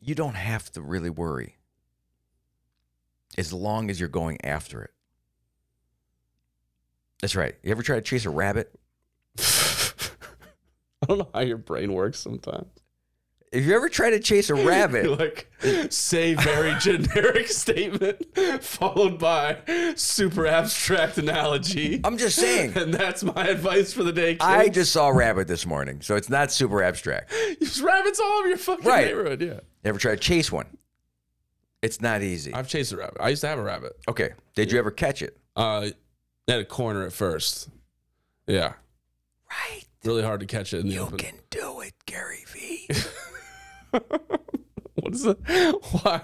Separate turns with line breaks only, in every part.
you don't have to really worry as long as you're going after it. That's right. You ever try to chase a rabbit?
I don't know how your brain works sometimes.
If you ever try to chase a
You
rabbit,
like say very generic statement followed by super abstract analogy.
I'm just saying.
and that's my advice for the day. Kids.
I just saw a rabbit this morning, so it's not super abstract.
There's rabbits all over your fucking
Right.
neighborhood. Yeah,
Ever try to chase one? It's not easy.
I've chased a rabbit. I used to have a rabbit.
Okay. Did you ever catch it?
Uh, at a corner at first. Yeah,
Right.
really hard to catch it in the open.
can do it, Gary V.
What is it? Why?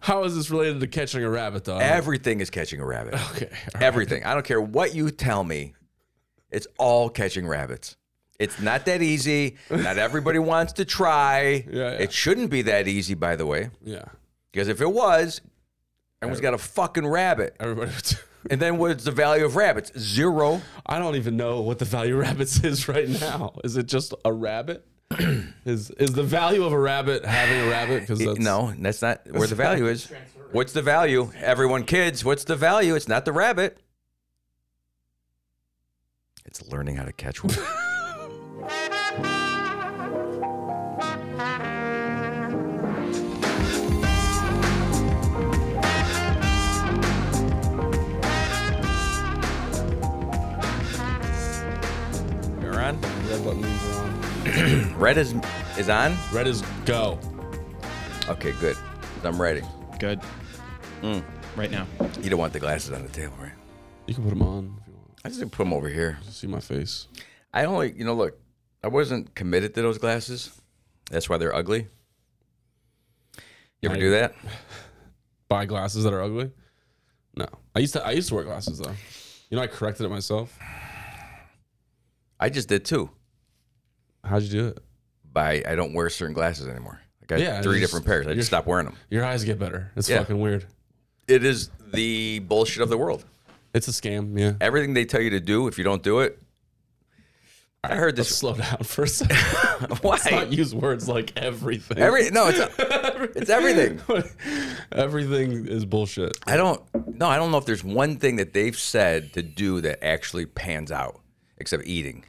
How is this related to catching a rabbit, though? I don't-
Everything is catching a rabbit.
okay. all right.
Everything. I don't care what you tell me. It's all catching rabbits. It's not that easy. Not everybody wants to try.
yeah.
It shouldn't be that easy, by the way,
Yeah.
because if it was, everyone's got a fucking rabbit.
Everybody. Would
And then what's the value of rabbits? Zero.
I don't even know what the value of rabbits is right now. Is it just a rabbit? is is the value of a rabbit having a rabbit? Because
It- no, that's not where the value is. What's the value? Everyone, kids, what's the value? It's not the rabbit. It's learning how to catch one. You're on.
Red button means we're on.
Red is is on.
Red is go.
Okay, good. I'm ready.
Good. Right now.
You don't want the glasses on the table, right?
You can put them on if you want
I just didn't put them over here.
to see my face.
I only, you know, look, I wasn't committed to those glasses. That's why they're ugly. You ever
I-
do that?
Buy glasses that are ugly. No, I used to I used to wear glasses though. You know, I corrected it myself.
I just did too.
How'd you do it?
By I don't wear certain glasses anymore. I got
Yeah,
three
it's
different
just-
pairs. I
you're-
just stopped wearing them.
Your eyes get better. It's
Yeah.
fucking weird.
It is the bullshit of the world.
It's a scam. Yeah.
Everything they tell you to do, if you don't do it, I heard
Let's
this.
slow down for a second. Not
Why?
use words like everything.
Every no, it's it's everything.
everything is bullshit.
I don't no, I don't know if there's one thing that they've said to do that actually pans out, except eating.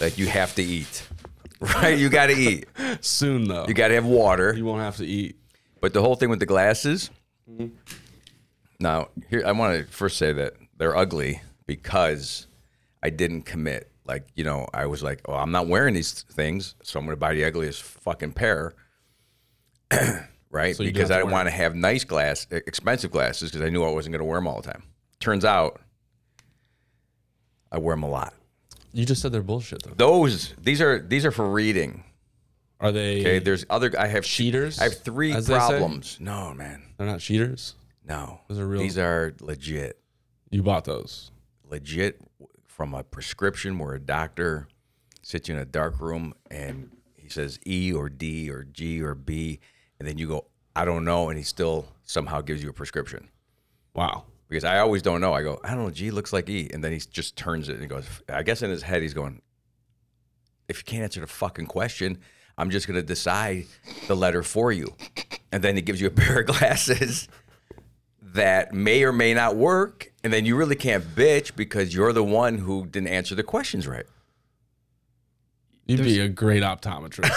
Like you have to eat. Right? You gotta eat.
Soon though,
You gotta have water.
you won't have to eat.
But the whole thing with the glasses.
Mm-hmm.
Now, here I wanna first say that they're ugly because I didn't commit. Like, you know, I was like, Oh, I'm not wearing these things, so I'm gonna buy the ugliest fucking pair. right?
you
because
don't have to
I didn't
wear
want to have nice glass, e, expensive glasses, because I knew I wasn't going to wear them all the time. Turns out, I wear them a lot.
You just said they're bullshit though.
Those these are these are for reading.
Are they?
Okay, there's other. I have
Cheaters,
I have three
as they say?
problems. No, man,
they're not cheaters.
no.
Those are real-
These are legit,
You bought those.
legit from a prescription where a doctor sits you in a dark room and he says E or D or G or B, and then you go, I don't know, and he still somehow gives you a prescription.
Wow.
because I always don't know. I go, I don't know. G looks like E, and then he just turns it and goes. I guess in his head he's going, if you can't answer the fucking question, I'm just gonna decide the letter for you, and then he gives you a pair of glasses that may or may not work, and then you really can't bitch because you're the one who didn't answer the questions right.
You'd be a great optometrist.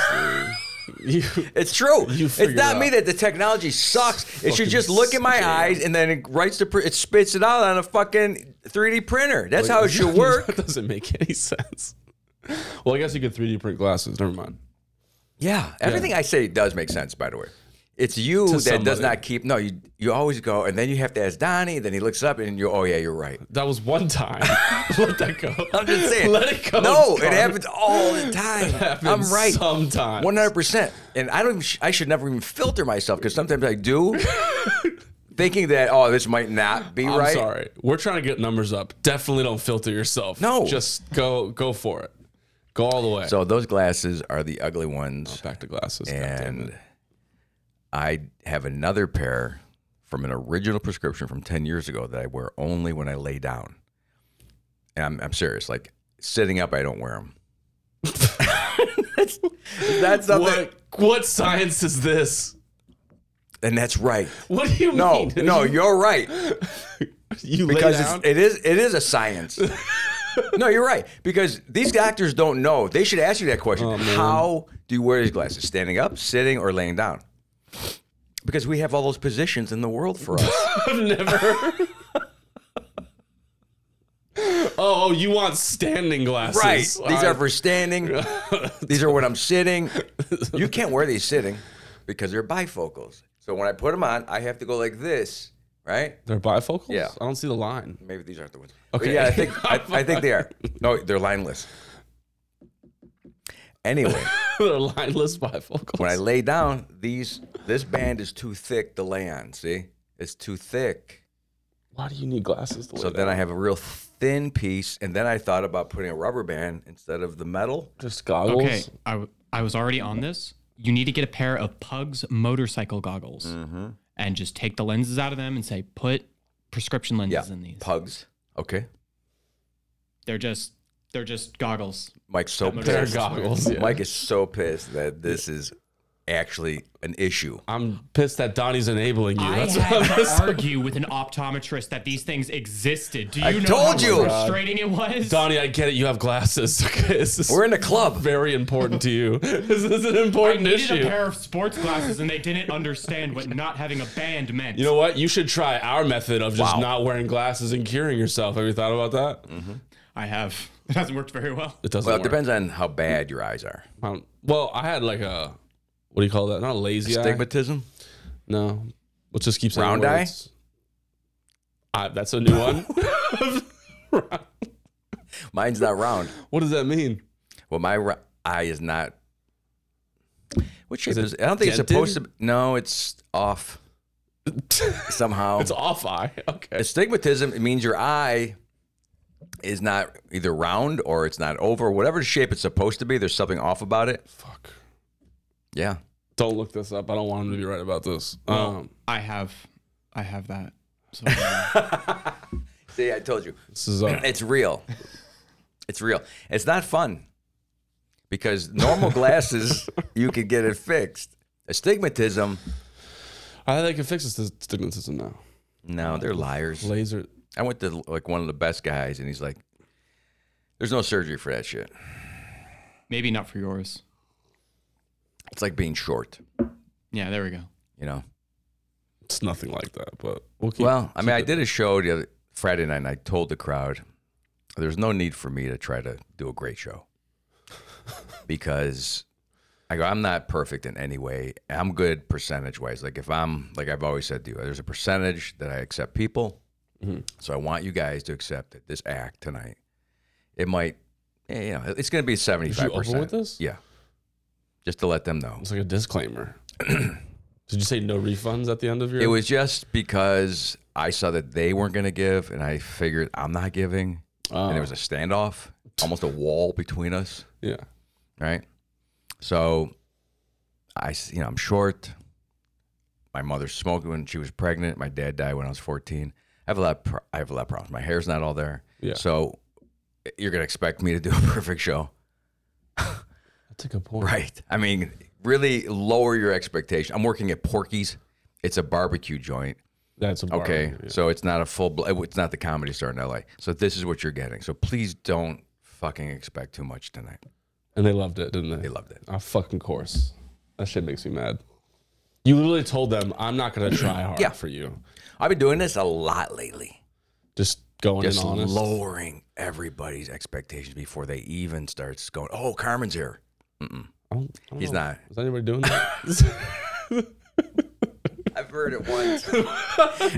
dude. you,
It's true.
You
it's
figure
not
it
me
out.
that the technology sucks. It should
Fucking
just look in my
scam.
eyes and then it writes the pr- it spits it out on a fucking 3D printer. That's how it should Oh, work.
that doesn't make any sense. Well, I guess you could 3D print glasses. Never mind.
Yeah, everything I say does make sense. By the way, it's you that does
somebody.
not keep. No, you you always go, and then you have to ask Donnie. Then he looks up, and you're, oh yeah, you're right.
That was one time. Let that go.
I'm just saying.
Let it go.
No, it
Carmen.
happens all the time.
happens
I'm right.
Sometimes.
One hundred percent. And I don't. Even, sh- I should never even filter myself because sometimes I do, thinking that oh this might not be
I'm
right.
sorry. We're trying to get numbers up. Definitely don't filter yourself.
No.
Just go go for it. Go all the way.
So those glasses are the ugly ones,
back to glasses. God damn it.
and I have another pair from an original prescription from ten years ago that I wear only when I lay down. And I'm, I'm serious. Like sitting up, I don't wear them. That's, that's not the-
What, what science is this?
and that's right.
What do you
No,
mean?
no, you're right.
you lay
because
down.
it's, it is it is a science. no, you're right. Because these doctors don't know. They should ask you that question. How do you wear these glasses? Standing up, sitting, or laying down? Because we have all those positions in the world for us.
I've never. oh, oh, you want standing glasses?
right. These
I-
are for standing. these are when I'm sitting. You can't wear these sitting because they're bifocals. So when I put them on, I have to go like this, right?
they're bifocals.
Yeah.
I don't see the line.
Maybe these aren't the ones.
Okay.
Okay. Yeah, I think I, I think they are. No, they're lineless. Anyway.
they're lineless bifocals.
when I lay down, these this band is too thick to lay on. See, it's too thick.
Why do you need glasses to lay
So
down?
then I have a real thin piece, and then I thought about putting a rubber band instead of the metal.
Just goggles.
Okay, I, w- I was already on this. You need to get a pair of Pugs motorcycle goggles and just take the lenses out of them and say, put prescription
Yeah,
lenses in these.
pugs. Okay,
They're just they're just goggles.
Mike's so
They're
pissed.
goggles. Yeah.
Mike is so pissed that this is actually an issue.
I'm pissed that Donnie's enabling you.
I
That's
had
what I'm
to argue with an optometrist that these things existed. Do you
I
know
told
how
you!
frustrating it was?
Donnie, I get it. You have glasses. Okay, this is
We're in a club.
very important to you. This is an
I
important
needed a
issue.
pair of sports glasses and they didn't understand what not having a band meant.
You know what? You should try our method of just
Wow. Mm.
not wearing glasses and curing yourself. Have you thought about that?
I have. It hasn't worked very well.
It doesn't
Well, it
work.
depends on how bad your eyes are.
Um, well, I had like a what do you call that? Not a lazy eye.
Stigmatism.
No, let's just keep saying
Round
words. I, that's a new one.
Mine's not round.
what does that mean?
Well, my ri- eye is not. What shape
Is it
is? I don't think it's supposed to.
dented?
be- No, it's off
it's
somehow.
off eye. Okay.
Astigmatism it means your eye is not either round or it's not over, whatever shape it's supposed to be. There's something off about it.
Fuck.
Yeah,
Don't look this up. I don't want him to be right about this. Um,
I have I have that. So
see, I told you,
this is uh,
it's real. It's real. It's not fun because normal glasses you can get it fixed. Astigmatism,
I think I can fix this st- stigmatism now.
no, they're liars.
Laser.
I went to like one of the best guys, and he's like, "There's no surgery for that shit.
maybe not for yours.
It's like being short,
Yeah, there we go.
you know."
It's nothing like that. But we'll keep.
Well, I mean, I did a show the other Friday night, and I told the crowd there's no need for me to try to do a great show because I go, I'm not perfect in any way. I'm good percentage wise. Like if I'm like I've always said to you, there's a percentage that I accept people.
Mm-hmm.
So I want you guys to accept that this act tonight, it might, yeah, you know, it's going to be seventy
Did you
five
open with
percent.
this?
Yeah, just to let them know.
It's like a disclaimer. Did you say no refunds at the end of your?
It was just because I saw that they weren't going to give, and I figured I'm not giving.
Ah,
And there
Uh.
was a standoff, almost a wall between us,
yeah.
right? So I, s- you know, I'm short. My mother smoked when she was pregnant. My dad died when I was 14. I have a lot. Of pro- I have a lot of problems. My hair's not all there.
Yeah.
So you're gonna expect me to do a perfect show,
That's a good point.
right? I mean, really lower your expectation. I'm working at Porky's. It's a barbecue joint.
That's a
Okay,
barbecue,
so it's not a full. Bl- it's not the comedy store in LA. So this is what you're getting. So please don't fucking expect too much tonight.
And they loved it, didn't they?
They loved it.
A fucking course. That shit makes me mad. You literally told them, "I'm not gonna try hard
Yeah.
for you."
I've been doing this a lot lately.
Just going
Just
in honest.
lowering everybody's expectations before they even starts going. Oh, Carmen's here.
I don't- I don't
He's
know.
not.
Is anybody doing that?
I've heard it once,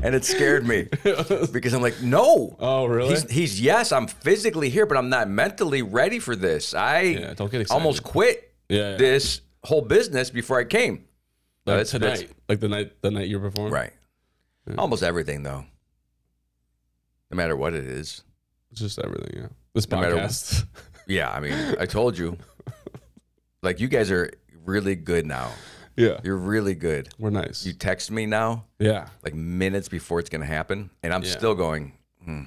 and it scared me because I'm like, no.
oh, really?
He's, he's yes, I'm physically here, but I'm not mentally ready for this. I
don't get excited.
almost quit
yeah. yeah.
this whole business before I came. No,
like
that's-
tonight,
that's-
like the night, the night you were performing.
Right. Almost everything, though. No matter what it is.
Just everything. Yeah. This
No matter-
podcast.
Yeah, I mean, I told you. Like, you guys are really good now.
yeah.
You're really good.
We're nice.
You text me now,
yeah.
like minutes before it's going to happen, and I'm still going,
you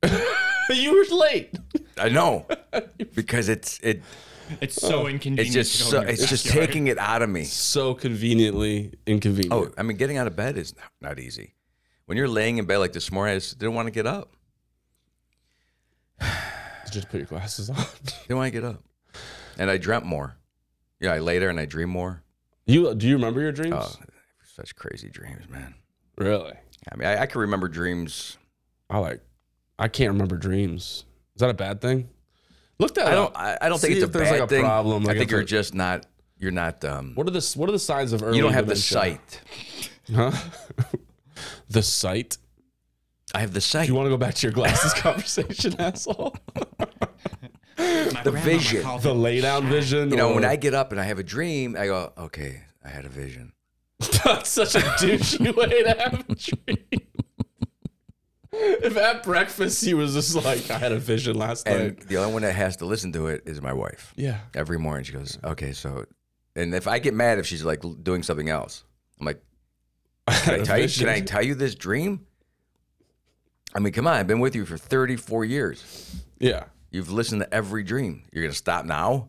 were late.
I know. because it's, it,
It's so
It's
inconvenient.
just
to go
so,
in your
it's just
backyard.
taking it out of me.
so conveniently inconvenient.
Oh, I mean, getting out of bed is not- not easy. When you're laying in bed like this morning, I just didn't want to get up.
just put your glasses on.
Didn't want to get up, and I dreamt more. Yeah, I lay there and I dream more.
You do you remember your dreams?
Oh, such crazy dreams, man.
really?
I mean, I, I can remember dreams.
I like. I can't remember dreams. Is that a bad thing? Look that
I
up.
don't. I, I don't think
See
it's a
if there's,
bad
like, a
thing.
problem, like,
I think
if
you're
it-
just not. You're not. Um,
What are the What are the signs of early?
you don't have the
dementia?
sight.
huh? the sight.
I have the sight.
Do you want to go back to your glasses conversation, asshole?
My grandmama
vision.
called
The
it-
lay down vision.
You know, when
or-
I get up and I have a dream, I go, okay, I had a vision.
That's such a douchey way to have a dream. if at breakfast he was just like, I had a vision last
And
night.
the only one that has to listen to it is my wife.
Yeah.
Every morning she goes, okay, so, and if I get mad if she's like l- doing something else, I'm like, can I tell you, can I tell you this dream? I mean, come on, I've been with you for 34 years.
Yeah.
You've listened to every dream. You're going to stop now?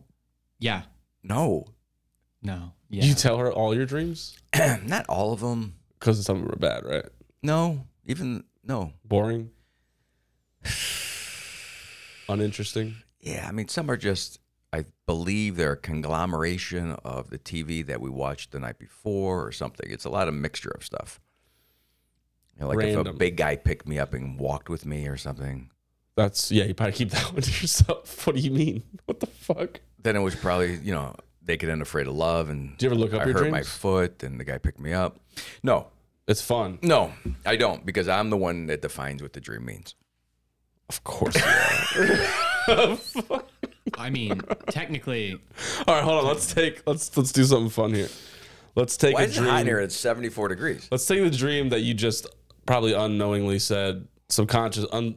Yeah.
No,
No.
Did
Yeah.
you tell her all your dreams?
not all of them.
Because some of them were bad, right?
No, even, no.
Boring. Uninteresting.
Yeah, I mean, some are just, I believe they're a conglomeration of the TV that we watched the night before or something. It's a lot of mixture of stuff. You know, like if a
Random.
big guy picked me up and walked with me or something,
That's yeah, you probably keep that one to yourself. What do you mean? What the fuck?
then it was probably, you know, Naked and Afraid of Love. And
Do you ever look up
I
your
hurt my
dreams?
foot and the guy picked me up. No,
It's fun.
no, I don't because I'm the one that defines what the dream means.
Of course. you are.
I mean, technically,
all right, hold on. Let's take let's let's do something fun here. Let's take
Why
a
is it
dream.
hot in here at 74 degrees?
Let's take the dream that you just probably unknowingly said, subconscious, un,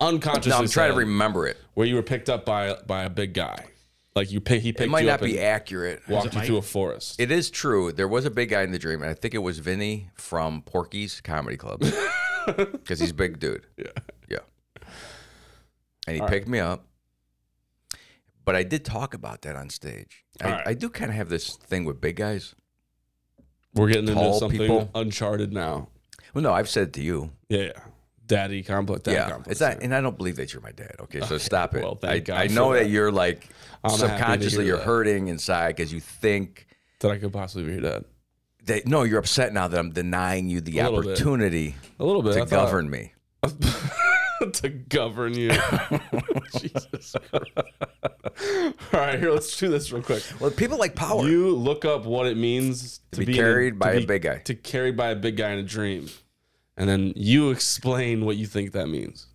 unconsciously.
No, I'm trying to
said,
remember it.
where you were picked up by by a big guy. Like you pick, he picked
It might
you
not
up
be
and
accurate.
walked you
Mike?
through a forest.
It is true. There was a big guy in the dream, and I think it was Vinny from Porky's Comedy Club because he's a big dude. Yeah. Yeah. And he picked me up. But I did talk about that on stage. I,
All right.
I do kind of have this thing with big guys.
We're getting into
Tall
something
people.
uncharted now.
Well, no, I've said it to you.
Yeah, yeah. daddy complex. Daddy
yeah.
complex.
It's not, and I don't believe that you're my dad. Okay. So stop it.
Well, thank
I,
God
I
for
know that.
that.
you're like
I'm happy to
subconsciously
hear
you're
that.
hurting inside because you think
that I could possibly be your dad.
that, no, you're upset now that I'm denying you the
A little bit.
opportunity
A little bit
to
I thought-
govern me.
to govern you. Jesus. Christ. All right, here. Let's do this real quick.
Well, people like power.
You look up what it means to,
be
in
carried by
to
a big guy.
To carried by a big guy in a dream, and then you explain what you think that means.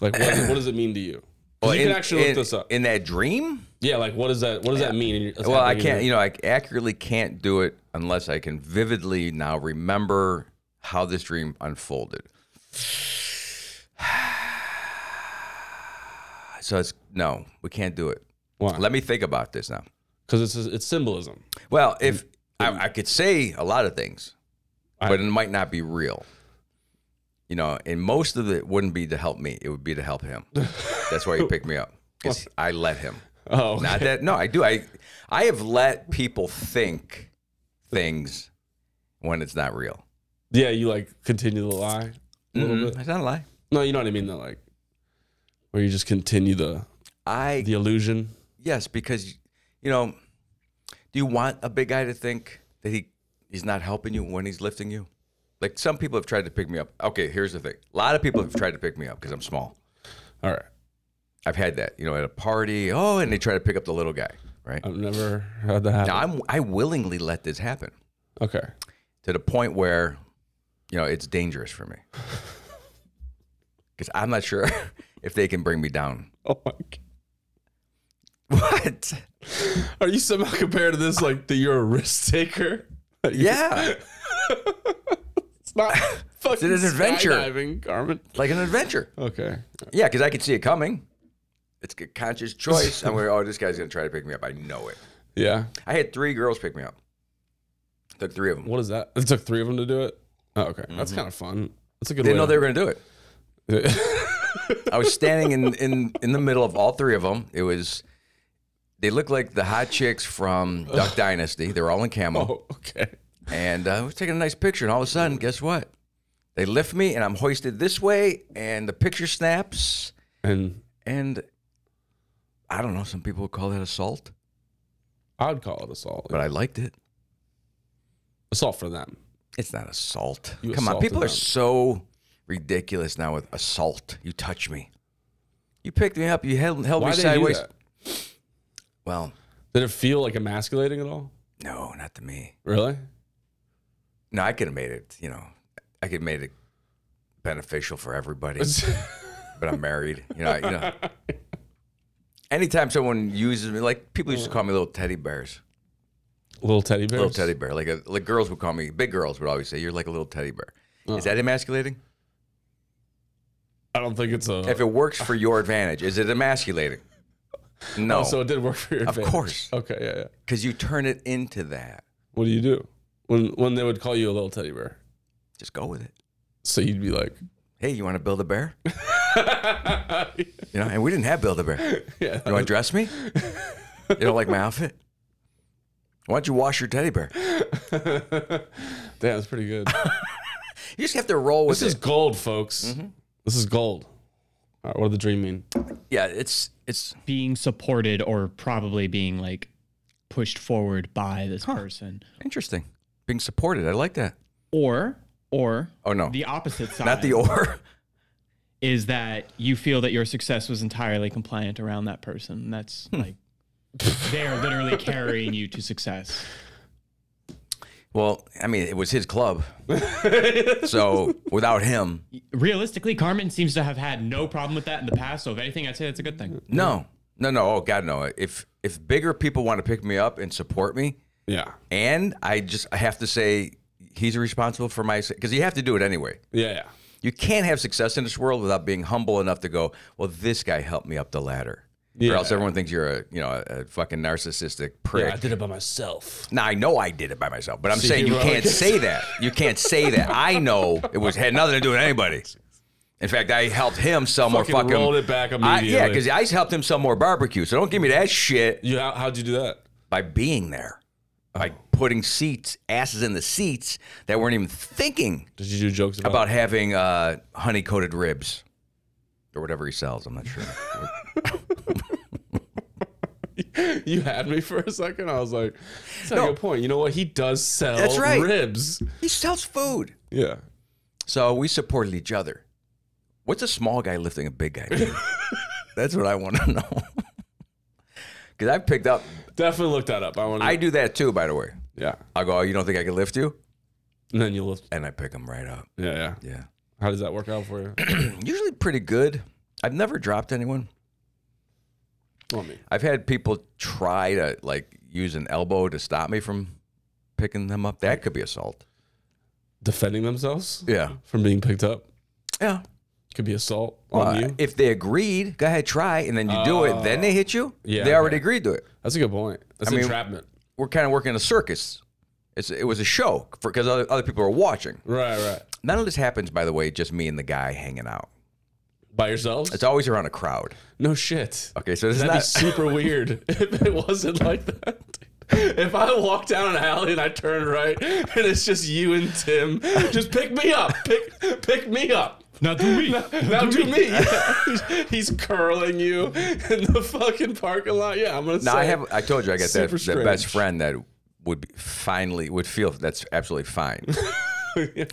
Like, what, what does it mean to you? 'Cause
Well,
you
in-
can actually
in-
look this up.
in that dream.
yeah, like what does that? What does that mean? in your- that's
well, I
happening in
can't.
your-
You know, I accurately can't do it unless I can vividly now remember how this dream unfolded. So it's no, we can't do it.
Why?
Let me think about this now.
Because it's it's symbolism.
Well, if I, I could say a lot of things,
I-
but it might not be real. You know, and most of it wouldn't be to help me; it would be to help him. That's why he picked me up because I let him.
Oh, okay.
Not that no, I do. I I have let people think things when it's not real.
yeah, you like continue the lie a little
Mhm.
bit.
It's not a lie.
No, you know what I mean. Though, like where you just continue the
I
the illusion.
yes, because you know, do you want a big guy to think that he he's not helping you when he's lifting you? Like some people have tried to pick me up. Okay, here's the thing. A lot of people have tried to pick me up because I'm small.
All right,
I've had that, you know, at a party. Oh, and they try to pick up the little guy, right?
I've never had that happen.
Now I'm I willingly let this happen.
okay,
to the point where you know it's dangerous for me because i'm not sure if they can bring me down
oh my god.
what
Are you somehow compared to this like that you're a risk taker?
yeah
It's not fucking
an adventure.
skydiving, Carmen.
like an adventure
Okay.
yeah because i could see it coming it's a conscious choice i'm like oh this guy's gonna try to pick me up i know it
Yeah.
i had three girls pick me up took three of them
What is that? It took three of them to do it. Oh, okay. That's kind of fun. That's a good.
didn't
way
know
to-
Mm-hmm. they were gonna do it i was standing in in in the middle of all three of them it was They look like the hot chicks from Duck Dynasty. They're all in camo.
Oh, okay.
And uh, I was taking a nice picture, and all of a sudden, guess what? They lift me, and I'm hoisted this way, and the picture snaps.
And
And I don't know, some people would call that assault,
I'd call it assault.
but I liked it.
Assault for them.
It's not assault.
You
Come on, people
assaulted
are
them.
so ridiculous now with assault. You touch me. You picked me up. You held, held
Why
me
did they do
sideways.
that?
Well,
Did it feel like emasculating at all?
no, not to me.
Really?
No, I could have made it. You know, I could have made it beneficial for everybody. but I'm married. You know, I- you know. Anytime someone uses me, like people used to call me little teddy bears,
little teddy bears.
little teddy bear. Like a, like girls would call me, big girls would always say, "You're like a little teddy bear."
Uh-huh.
Is that emasculating?
I don't think it's a.
If it works for your advantage, is it emasculating? No,
oh, so it did work for your.
Of
advantage.
course.
Okay. Yeah. Yeah.
because you turn it into that.
What do you do when when they would call you a little teddy bear?
Just go with it.
So you'd be like,
Hey, you want to build a bear? you know, and we didn't have build a bear.
yeah.
You want to dress me? You don't like my outfit? Why don't you wash your teddy bear? You
Damn, that's pretty good.
just have to roll with
this is
it.
gold, folks.
Mm-hmm.
This is gold. All right, what did the dream mean?
Yeah, it's it's
being supported or probably being like pushed forward by this person
Interesting. Being supported. I like that.
or or
Oh, no.
the opposite side
Not the or.
is that you feel that your success was entirely compliant around that person that's
Hmm.
like they're literally carrying you to success
Well, I mean, it was his club. so without him,
realistically carmen seems to have had no problem with that in the past so if anything i'd say that's a good thing
no. No, no. Oh, God, no. If if bigger people want to pick me up and support me,
Yeah.
and I just I have to say he's responsible for my because you have to do it anyway.
Yeah. Yeah.
You can't have success in this world without being humble enough to go, well, this guy helped me up the ladder. Or
Yeah.
else everyone thinks you're a you know a, a fucking narcissistic prick.
I did it by myself.
Now I know I did it by myself, but I'm saying
you
you
wrote
can't
it.
say that. You can't say that. I know it was had nothing to do with anybody. In fact, I helped him sell more
Fucking
fucking.
rolled it back
I- yeah,
immediately.
because I helped him sell more barbecue. So don't give me that shit
You how, how'd you do that?
by being there, by putting seats asses in the seats that weren't even thinking
Did you do jokes about?
about having uh, honey coated ribs or whatever he sells. I'm not sure.
you had me for a second. I was like, that's not a
No.
good point. You know what? He does sell
That's right.
ribs.
he sells food.
Yeah.
So we supported each other. What's a small guy lifting a big guy? do? That's what I want to know. Because I've picked up,
Definitely look that up. I want to.
I do that too, by the way.
yeah.
I go, oh, you don't think I can lift you?
And then you lift.
And I pick him right up.
Yeah. Yeah.
Yeah.
How does that work out for you?
Usually pretty good. I've never dropped anyone.
Well, me.
I've had people try to like use an elbow to stop me from picking them up. That could be assault.
Defending themselves
Yeah.
from being picked up
Yeah.
could be assault on
Uh,
you.
if they agreed, go ahead, try, and then you do it, then they hit you.
Yeah,
They already
okay.
agreed to it.
That's a good point. That's
I mean-
entrapment.
we're kind of working a circus. It's, it was a show because other, other people are watching.
Right. Right.
None of this happens, by the way, just me and the guy hanging out.
By yourselves?
It's always around a crowd.
No shit.
Okay, so it's
That'd be
not.
super weird if it wasn't like that. If I walk down an alley and I turn right and it's just you and Tim, just pick me up, pick pick me up.
not to me
Now do me. He's curling you in the fucking parking lot. Yeah, I'm gonna.
Now
say
I have. I told you I got that,
Super
that best
strange.
friend that would be finally would feel that's absolutely fine.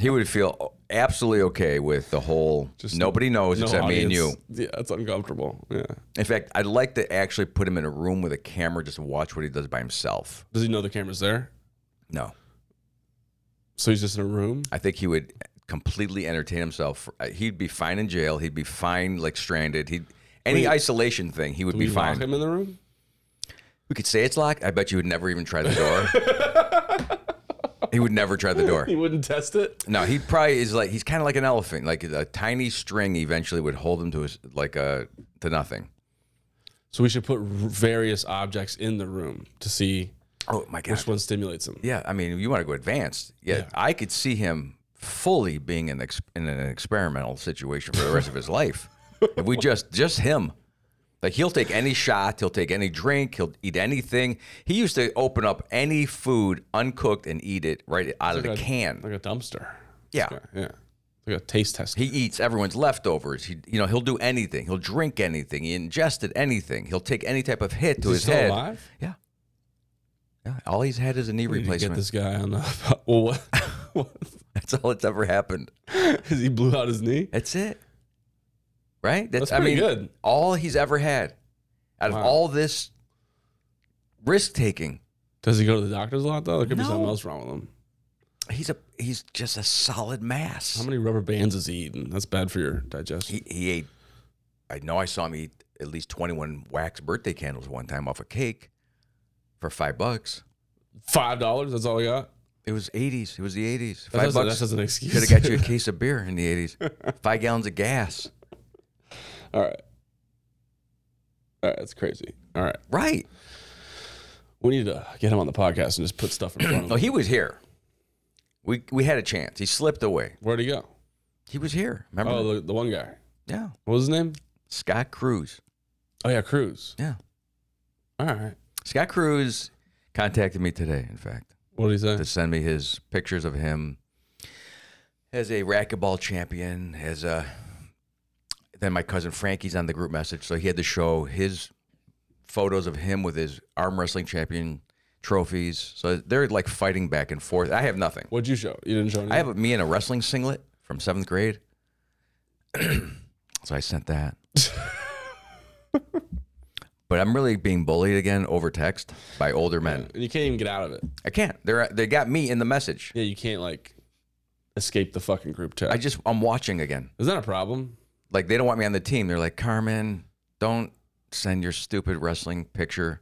He would feel absolutely okay with the whole. nobody knows
no
except me and you.
audience. Yeah, it's uncomfortable. Yeah.
In fact, I'd like to actually put him in a room with a camera just to watch what he does by himself.
Does he know the camera's there?
No,
So he's just in a room.
I think he would completely entertain himself. For, uh, he'd be fine in jail. He'd be fine, like stranded. He'd any isolation thing, he would be
We lock
fine.
him in the room.
We could say it's locked. I bet you would never even try the door. he would never try the door.
He wouldn't test it.
No, he probably is like he's kind of like an elephant. Like a tiny string eventually would hold him to his like a to nothing.
So we should put r- various objects in the room to see
Oh my gosh.
which one stimulates him.
Yeah, I mean, you want to go advanced. Yeah, I could see him fully being in, ex- in an experimental situation for the rest of his life. If we just just him, Like he'll take any shot, he'll take any drink, he'll eat anything. He used to open up any food uncooked and eat it right out of the
Like a-
can.
like a dumpster.
yeah.
Yeah, like a taste test.
He eats everyone's leftovers. He, you know, he'll do anything. He'll drink anything. He ingested anything. He'll take any type of hit to
he
his
still
head.
alive?
Yeah. Yeah. All he's had is a knee
We need to
replacement.
Get this guy on the. Well, what? what?
That's all that's ever happened.
'Cause he blew out his knee.
That's it. Right?
That's pretty good.
All he's ever had out
Wow.
of all this risk taking,
Does he go to the doctors a lot though? There could be something
No.
else wrong with him.
he's a he's just a solid mass.
How many rubber bands is he eating? That's bad for your digestion.
he he ate I know I saw him eat at least 21 wax birthday candles one time off a cake for 5 bucks.
Five dollars. That's all I got.
It was 80s. It was the 80s. 5
That doesn't, that
bucks
doesn't
could
excuse.
have got you a case of beer in the 80s. 5 gallons of gas.
all right. All right. That's crazy. All right.
Right.
We need to get him on the podcast and just put stuff in front of
Oh,
him.
he was here. We we had a chance. He slipped away.
Where'd he go?
He was here. Remember?
Oh, the, the one guy.
Yeah.
What was his name?
Scott Cruz.
Oh yeah, Cruz.
Yeah.
All right.
Scott Cruz contacted me today, in fact,
What did he say?
to send me his pictures of him as a racquetball champion, as a then my cousin Frankie's on the group message, so he had to show his photos of him with his arm wrestling champion trophies. So they're like fighting back and forth. I have nothing.
What'd you show? You didn't show anything.
I have a, me in a wrestling singlet from seventh grade. so I sent that. but I'm really being bullied again over text by older men.
and you can't even get out of it.
I can't. They're they got me in the message.
Yeah, you can't like escape the fucking group chat.
I just I'm watching again.
Is that a problem?
Like they don't want me on the team. They're like Carmen, don't send your stupid wrestling picture.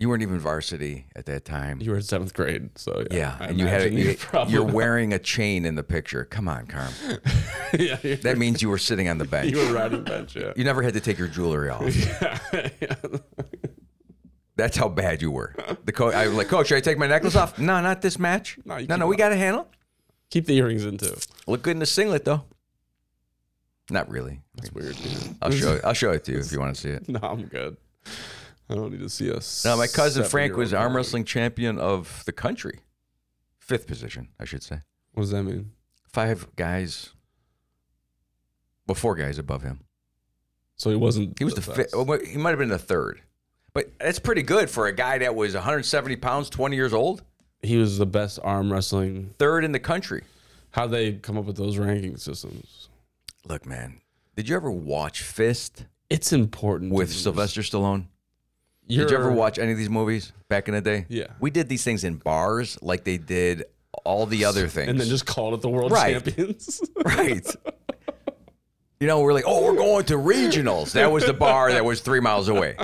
You weren't even varsity at that time.
You were in seventh grade, so
yeah,
I
and you had a,
imagine
you,
probably-
you're wearing a chain in the picture. Come on, Carm.
yeah, you
That means you were sitting on the bench.
you were riding bench. Yeah,
You never had to take your jewelry off. That's how bad you were. The coach, I was like, Coach, should I take my necklace off? No, not this match.
No,
No,
you
no,
keep
we
it
got a handle.
keep the earrings in too.
Look good in the singlet though. Not really.
That's weird. dude.
I'll show. It, I'll show it to you if you want to see it.
No, I'm good. I don't need to see us.
No, my cousin Frank was arm wrestling champion of the country, fifth position, I should say.
What does that mean?
Five guys. Well, four guys above him.
So he wasn't.
He was the fifth. well, He might have been the third, but that's pretty good for a guy that was 170 pounds, 20 years old,
He was the best arm wrestling.
third in the country.
How they come up with those ranking systems?
Look, man, did you ever watch Fist
It's important.
with
to-
Sylvester Stallone? Did you
You're-
ever watch any of these movies back in the day?
Yeah.
We did these things in bars like they did all the other things.
And then just called it the world
Right.
champions.
right. You know, we're like, oh, we're going to regionals. That was the bar that was three miles away.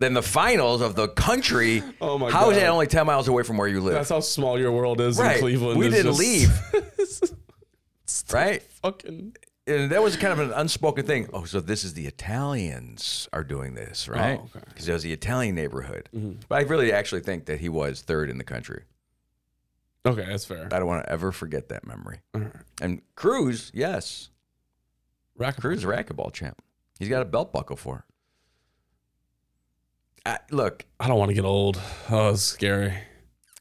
Then the finals of the country.
Oh, my
How is
God.
that only ten miles away from where you live?
That's how small your world is
right.
in Cleveland.
we
It's
didn't
just
leave. right.
Fucking.
and that was kind of an unspoken thing. Oh, so this is the Italians are doing this, right?
Oh, okay. Mm-hmm.
Because it was the Italian neighborhood. But I really actually think that he was third in the country.
Okay, that's fair.
I don't want to ever forget that memory.
Alright.
And Cruz, yes,
Rack
Cruz is a racquetball champ. He's got a belt buckle for. it. I, look,
I don't want to get old. Oh, it's scary.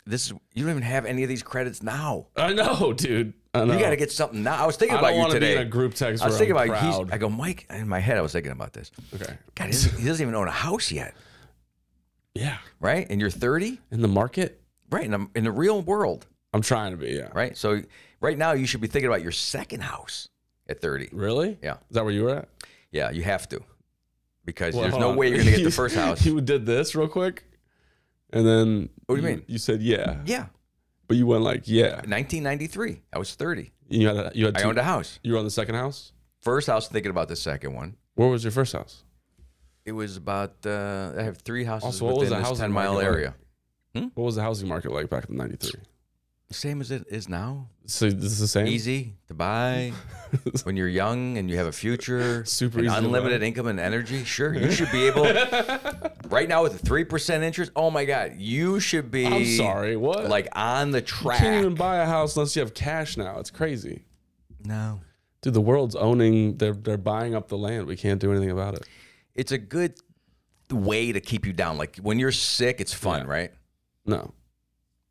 this is you don't even have any of these credits now.
I know, dude. I know.
You got to get something now. I was thinking
I
about
don't
you
want to be
today.
in a group text.
I was
where
thinking
I'm
about you.
proud.
I go, Mike. In my head, I was thinking about this.
Okay.
God, he doesn't, he doesn't even own a house yet,
Yeah.
right? And you're 30.
In the market,
Right, in the, in the real world,
I'm trying to be. Yeah.
right? So right now you should be thinking about your second house at 30.
Really?
Yeah.
Is that where you were at?
Yeah, you have to. Because
Well,
there's
hold
no
on.
way you're going to get
You-
the first house.
You did this real quick, and then
What do you mean?
You said yeah,
yeah,
but you went like yeah.
1993. I was 30.
You had a, you had
I
two,
owned a house.
you were on the second house.
First house, thinking about the second one.
Where was your first house?
It was about, uh, I have three houses
Also, what was
within
the
this
housing
10 mile
market like?
area.
What was the housing market like back in '93?
Same as it is now.
So this is the same.
Easy to buy when you're young and you have a future.
Super
and
easy to buy.
Unlimited income and energy. Sure, you should be able. right now with the three percent interest. Oh my God, you should be.
I'm sorry. What?
Like on the
you
track.
can't even buy a house unless you have cash now. It's crazy.
no.
Dude, the world's owning. They're they're buying up the land. We can't do anything about it.
It's a good way to keep you down. Like when you're sick, it's fun, right?
No,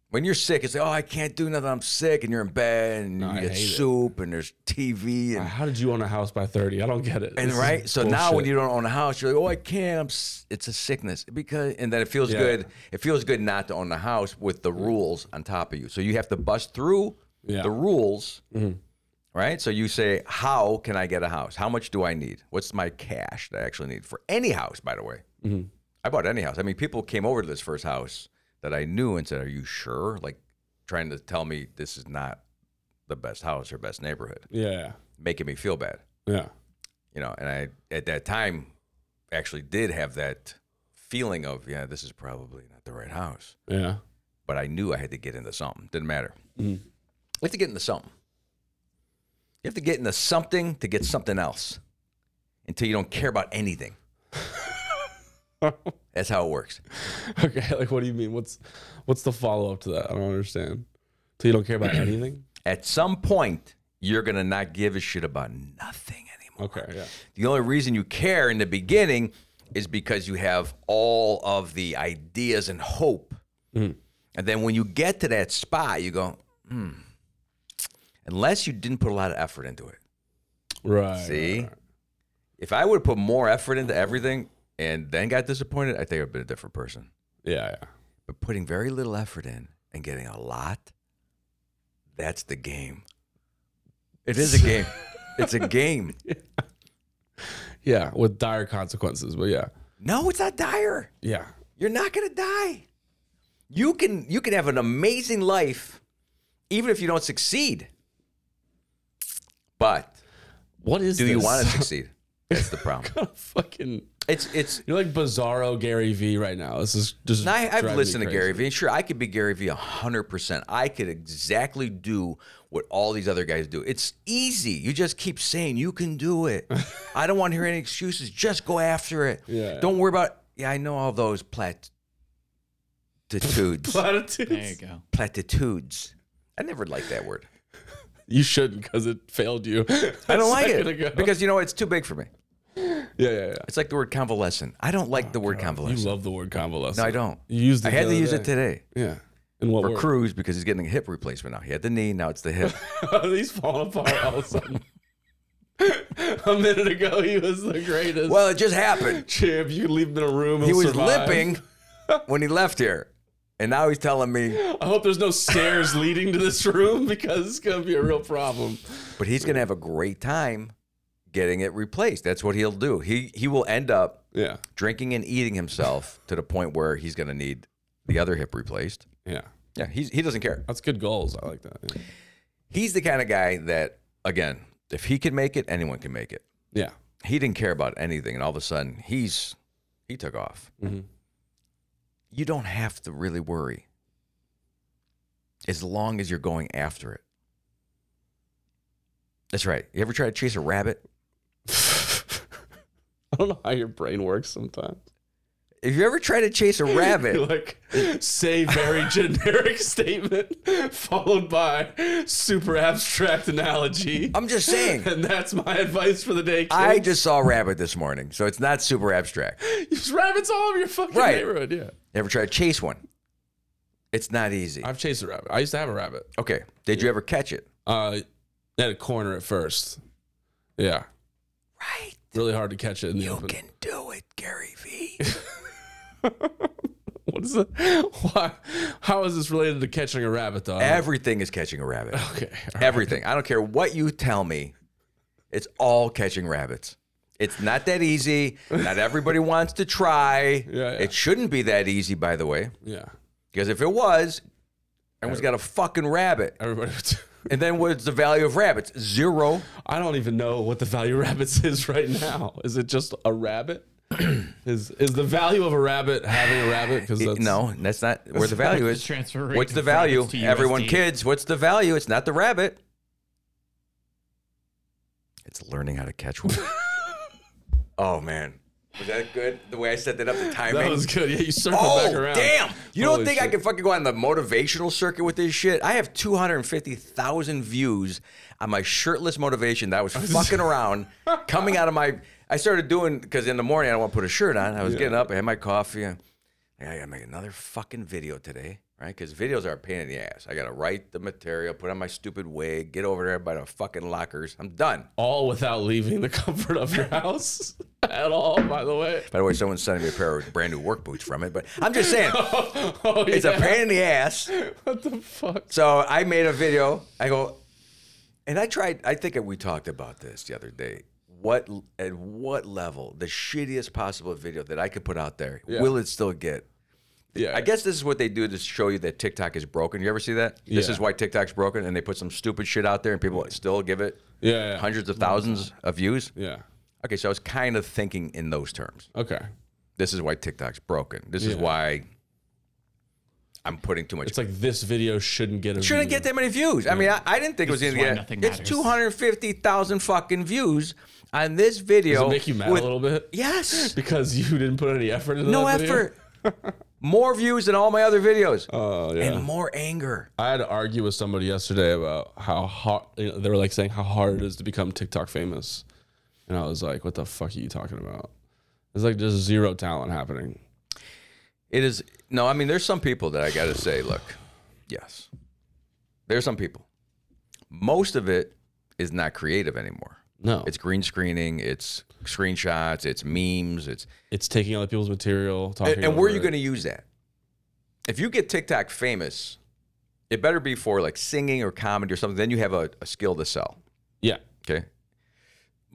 When you're sick, it's like, oh, I can't do nothing. I'm sick, and you're in bed, and
No, I
you get
hate it.
soup, and there's TV, and
how did you own a house by thirty? I don't get it.
and
This is
right. So now when
bullshit.
you don't own a house, you're like, oh, I can't. I'm s- it's a sickness because, and then it feels
Yeah.
good. It feels good not to own a house with the rules on top of you. So you have to bust through
Yeah. Mm-hmm.
the rules, right? So you say, how can I get a house? How much do I need? What's my cash that I actually need for any house? By the way,
Mm-hmm.
I bought any house. I mean, people came over to this first house that I knew and said, "Are you sure?" Like trying to tell me this is not the best house or best neighborhood,
yeah,
making me feel bad
yeah,
you know, and I at that time actually did have that feeling of, yeah, this is probably not the right house.
yeah.
But I knew I had to get into something. Didn't matter. You have to get into something. You have to get into something to get something else until you don't care about anything. That's how it works.
Okay, like what do you mean? What's what's the follow up to that? I don't understand. So you don't care about anything?
At some point, you're going to not give a shit about nothing anymore.
Okay, yeah,
The only reason you care in the beginning is because you have all of the ideas and hope.
Mm.
And then when you get to that spot, you go, hmm, unless you didn't put a lot of effort into it.
right.
See?
right, right.
If I would have put more effort into everything and then got disappointed, I think I'd been a different person.
Yeah, yeah.
But putting very little effort in and getting a lot, that's the game. It is a game. it's a game.
Yeah, with dire consequences, but yeah,
No, it's not dire.
yeah,
You're not gonna die. You can you can have an amazing life, even if you don't succeed. But
What is?
do you want to
this?
succeed? That's the problem.
Fucking,
It's it's.
you're like Bizarro Gary V right now. This is just.
and I, I've
driving me
listened to
crazy.
Gary Vee. and Sure, I could be Gary Vee hundred percent. I could exactly do what all these other guys do. It's easy. You just keep saying you can do it. I don't want to hear any excuses. Just go after it.
Yeah.
Don't worry about. Yeah, I know all those platitudes.
There you
Platitudes.
go.
platitudes. I never liked that word.
You shouldn't, because it failed you.
I don't like it because you know it's too big for me.
yeah, yeah, yeah.
It's like the word convalescent. I don't like the word
Oh, You
convalescent.
love the word
no,
convalescent.
I don't.
You used it
I had
the
to
other
use it
day.
today
Yeah. And what
for
word?
Cruz because he's getting a hip replacement now. He had the knee, now it's the hip.
He's falling apart all of a sudden. a minute ago, he was the greatest.
well, it just happened.
champ, you leave him in a room.
He
he'll
was
survive.
limping when he left here, and now he's telling me.
I hope there's no stairs leading to this room because it's gonna be a real problem.
But he's gonna have a great time getting it replaced. That's what he'll do. He he will end up
Yeah,
drinking and eating himself to the point where he's gonna need the other hip replaced.
yeah,
Yeah, he's, he doesn't care.
that's good goals. I like that. Yeah,
he's the kind of guy that again if he can make it anyone can make it
yeah.
he didn't care about anything and all of a sudden he's he took off you don't have to really worry as long as you're going after it that's right you ever try to chase a rabbit
Mm-hmm. I don't know how your brain works sometimes.
if you ever try to chase a
You
rabbit
like say very generic statement followed by super abstract analogy,
i'm just saying
and that's my advice for the day. Kids.
i just saw a rabbit this morning so it's not super abstract
There's rabbits all over your fucking
Right.
neighborhood. Yeah,
ever try to chase one it's not easy
I've chased a rabbit. I used to have a rabbit.
okay did you ever catch it
Uh, at a corner at first. Yeah,
right
really hard to catch it in the open.
can do it, Gary V.
What is it? Why? How is this related to catching a rabbit, though?
Everything is catching a rabbit.
okay.
Everything. I don't care what you tell me. It's all catching rabbits. It's not that easy. Not everybody wants to try.
yeah.
It shouldn't be that easy, by the way,
Yeah.
because if it was, everyone's got a fucking rabbit.
Everybody. would-
And then what's the value of rabbits? Zero.
I don't even know what the value of rabbits is right now. Is it just a rabbit? is is the value of a rabbit having a rabbit? Because that's
no, that's not where the value is.
Transfer rate
What's the
of
value?
rabbits to
Everyone,
USD.
kids, what's the value? It's not the rabbit. It's learning how to catch one. oh man, Was that good? The way I set that up, the timing.
That was good. Yeah, you circled
Oh
back around.
damn! You
Holy
don't think I
shit.
can fucking go on the motivational circuit with this shit? I have two hundred and fifty thousand views on my shirtless motivation that I was fucking around, coming out of my. I started doing because in the morning I don't want to put a shirt on. I was getting up, I had my coffee. And, I gotta make another fucking video today, right? Because videos are a pain in the ass. I gotta write the material, put on my stupid wig, get over there by the fucking lockers. I'm done.
All without leaving the comfort of your house at all. By the way.
By the way, someone's sending me a pair of brand new work boots from it, but I'm just saying
Oh,
it's
yeah.
a pain in the ass.
What the fuck?
So I made a video. I go, and I tried. I think we talked about this the other day. What at what level the shittiest possible video that I could put out there
Yeah.
will it still get?
Yeah.
I guess this is what they do to show you that TikTok is broken. You ever see that? This
Yeah.
is why TikTok's broken, and they put some stupid shit out there, and people still give it
Yeah, yeah.
hundreds of thousands of views.
Yeah.
Okay, so I was kind of thinking in those terms.
Okay.
This is why TikTok's broken. This is
Yeah.
why I'm putting too much
It's like this video shouldn't get a
shouldn't
view.
get that many views. I mean, I, I didn't think
This
it was
is
going to
why nothing
get. It's
matters.
two hundred fifty thousand fucking views on this video.
Does it make you mad
with-
a little bit?
Yes.
Because you didn't put any effort into
No
that video?
effort. more views than all my other videos,
Oh yeah.
and more anger.
I had to argue with somebody yesterday about how hard you know, they were like saying how hard it is to become TikTok famous, and I was like, "What the fuck are you talking about?" It's like just zero talent happening.
It is no. I mean, there's some people that I got to say. Look, yes, there's some people. Most of it is not creative anymore.
No,
It's green screening. It's screenshots. It's memes. It's
it's taking other people's material. Talking
And, and where are
over
you
it.
going to use that? If you get TikTok famous, it better be for like singing or comedy or something. Then you have a, a skill to sell.
Yeah,
Okay.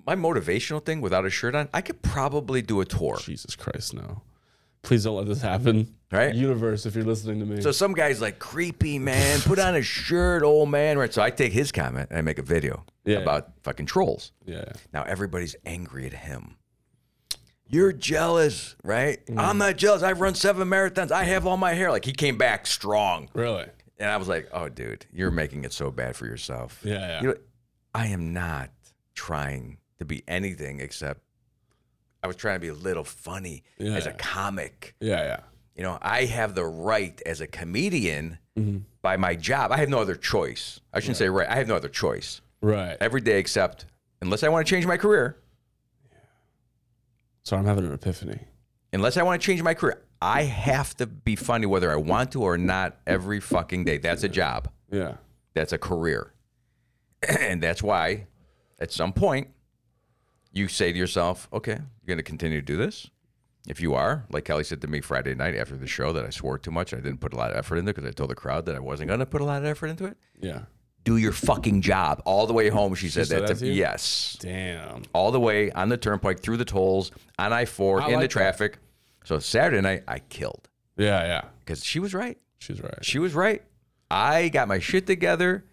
My motivational thing without a shirt on, I could probably do a tour.
Jesus Christ, no! Please don't let this happen,
Right?
Universe, if you're listening to me,
So some guy's like, creepy, man, put on a shirt, old man. Right. So I take his comment and I make a video
Yeah.
about fucking trolls.
yeah,
Now everybody's angry at him. You're jealous, right? I'm not jealous. I've run seven marathons. I have all my hair. Like he came back strong.
really,
And I was like, oh, dude, you're making it so bad for yourself.
yeah, yeah.
You know, I am not trying to be anything except I was trying to be a little funny as a
Yeah.
comic.
yeah, yeah.
You know, I have the right as a comedian
Mm-hmm.
by my job. I have no other choice. I shouldn't say right. I have no other choice
Right.
every day except unless I want to change my career,
So I'm having an epiphany.
unless I want to change my career, I have to be funny whether I want to or not every fucking day. That's a job.
Yeah,
That's a career. and that's why at some point you say to yourself, okay, you're going to continue to do this. If you are, like Kelly said to me Friday night after the show that I swore too much, I didn't put a lot of effort into because I told the crowd that I wasn't going to put a lot of effort into it.
yeah.
Do your fucking job all the way home. She said
said
that,
that
to
to you?
me. Yes.
Damn.
All the way on the turnpike, through the tolls, on I 4,
I
in the
like that.
traffic. So Saturday night, I killed
Yeah, yeah.
because she was right
She's right.
she was right. I got my shit together.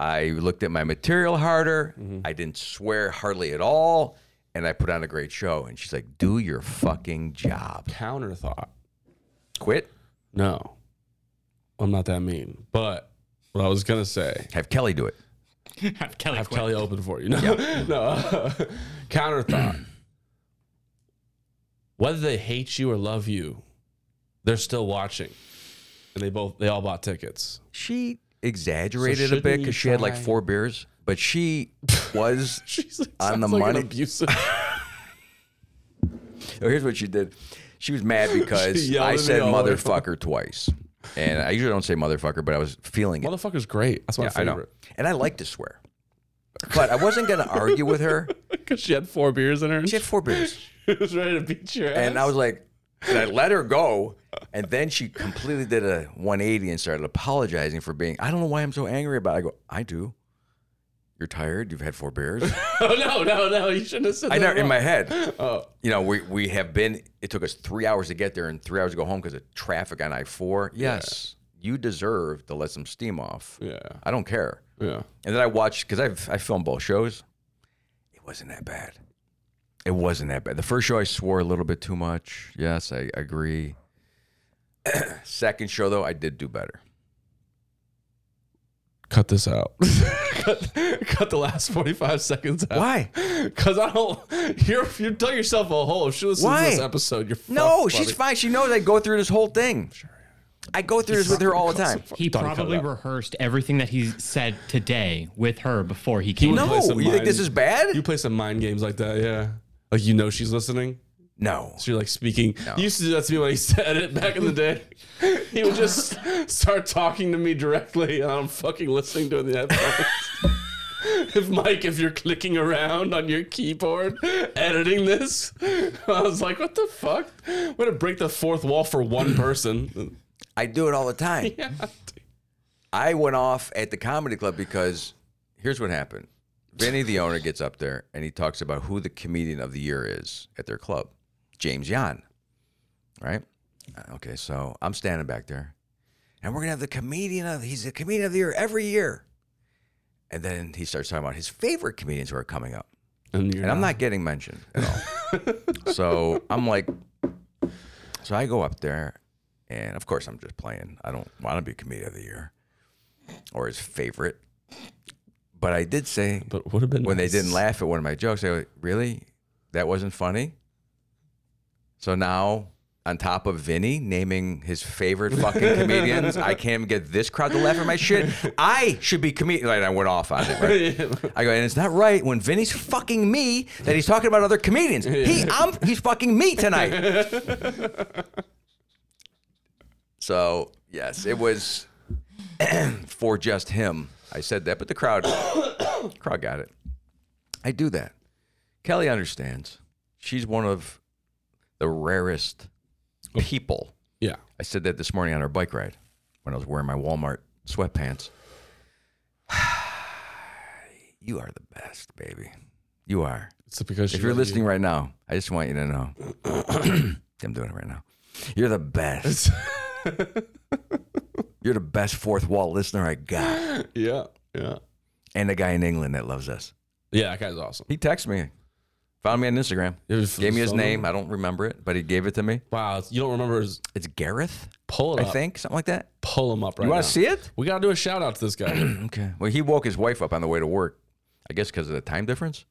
I looked at my material harder.
Mm-hmm.
I didn't swear hardly at all. And I put on a great show. And she's like, do your fucking job.
Counter thought.
Quit.
No, I'm not that mean. But what I was gonna say,
Have Kelly do it.
Have Kelly
have
quit.
Kelly open for you. No, no. Counter thought. Whether they hate you or love you, they're still watching, and they both they all bought tickets.
She exaggerated a
shouldn't
bit
you
because she had like
try-
four beers, but she was.
She's like,
On the
sounds like an
money.
abusive.
Oh, here's what she did. She was mad because
She yelled
I
at me
said
all the way.
motherfucker twice. And I usually don't say motherfucker, but I was feeling it.
Motherfucker's great. That's my
I know.
favorite.
And I like to swear. But I wasn't going to argue with her.
Because she had four beers in her. And
She
she
had four beers.
was ready to beat your ass.
And I was like, and I let her go. And then she completely did a 180 and started apologizing for being, I don't know why I'm so angry about it. I go, I do. You're tired. You've had four beers.
oh no, no, no! You shouldn't have said
I
that. Oh.
know in my head, you know, we, we have been, it took us three hours to get there and three hours to go home because of traffic on I 4. Yes. You deserve to let some steam off.
yeah,
I don't care.
yeah.
And then I watched because I've I filmed both shows. It wasn't that bad. It wasn't that bad. The first show I swore a little bit too much. Yes, I agree. Second show though, I did do better.
Cut this out. cut, cut the last 45 seconds out.
Why?
Because I don't. You're, you dug yourself a hole. If she listens
Why?
to this episode, you're
No,
fucked,
she's
buddy.
fine. She knows I go through this whole thing. I go through this with her all the time.
He
Don't cut it
probably
out.
rehearsed everything that he said today with her before he came.
would
up.
play
No,
some
you think this
mind-
is bad?
You play some mind games like that, yeah. Like you know she's listening.
No.
So you're like speaking. You used to do that to me when he said it back in the day. he would just start talking to me directly, and I'm fucking listening to it in the headphones. if Mike, if you're clicking around on your keyboard editing this, I was like, what the fuck? We're gonna break the fourth wall for one person.
I do it all the time.
yeah.
I went off at the comedy club because here's what happened. Vinny, the owner, gets up there and he talks about who the comedian of the year is at their club. James Yan. Right? Uh, Okay, so I'm standing back there. And we're gonna have the comedian of he's the comedian of the year every year. And then he starts talking about his favorite comedians who are coming up.
And, you're
and I'm not getting mentioned at all. so I'm like, so I go up there, and of course I'm just playing. I don't want to be comedian of the year or his favorite, but I did say
But would have been
when
nice.
they didn't laugh at one of my jokes, I go, really, that wasn't funny. So now. On top of Vinny naming his favorite fucking comedians, I can't even get this crowd to laugh at my shit. I should be comedian. Like I went off on it. Right? I go, and it's not right when Vinny's fucking me that he's talking about other comedians. He, I'm, he's fucking me tonight. so yes, it was for just him. I said that, but the crowd, crowd got it. I do that. Kelly understands. She's one of the rarest people.
yeah.
I said that this morning on our bike ride when I was wearing my Walmart sweatpants. you are the best, baby. You are.
It's because
If
she
you're
let you-
listening right now, I just want you to know. I'm doing it right now. You're the best. you're the best fourth wall listener I got.
Yeah. Yeah.
And the guy in England that loves us.
Yeah. That guy's awesome.
He texted me. Found me on Instagram.
It was-
Gave me his
so-
name. I don't remember it, but he gave it to me.
Wow. You don't remember his
It's Gareth,
pull it
I
up.
think, something like that.
Pull him up right
Uh, You
now.
want to see it?
We gotta do a shout out to this guy.
Okay. Well, he woke his wife up on the way to work, I guess because of the time difference.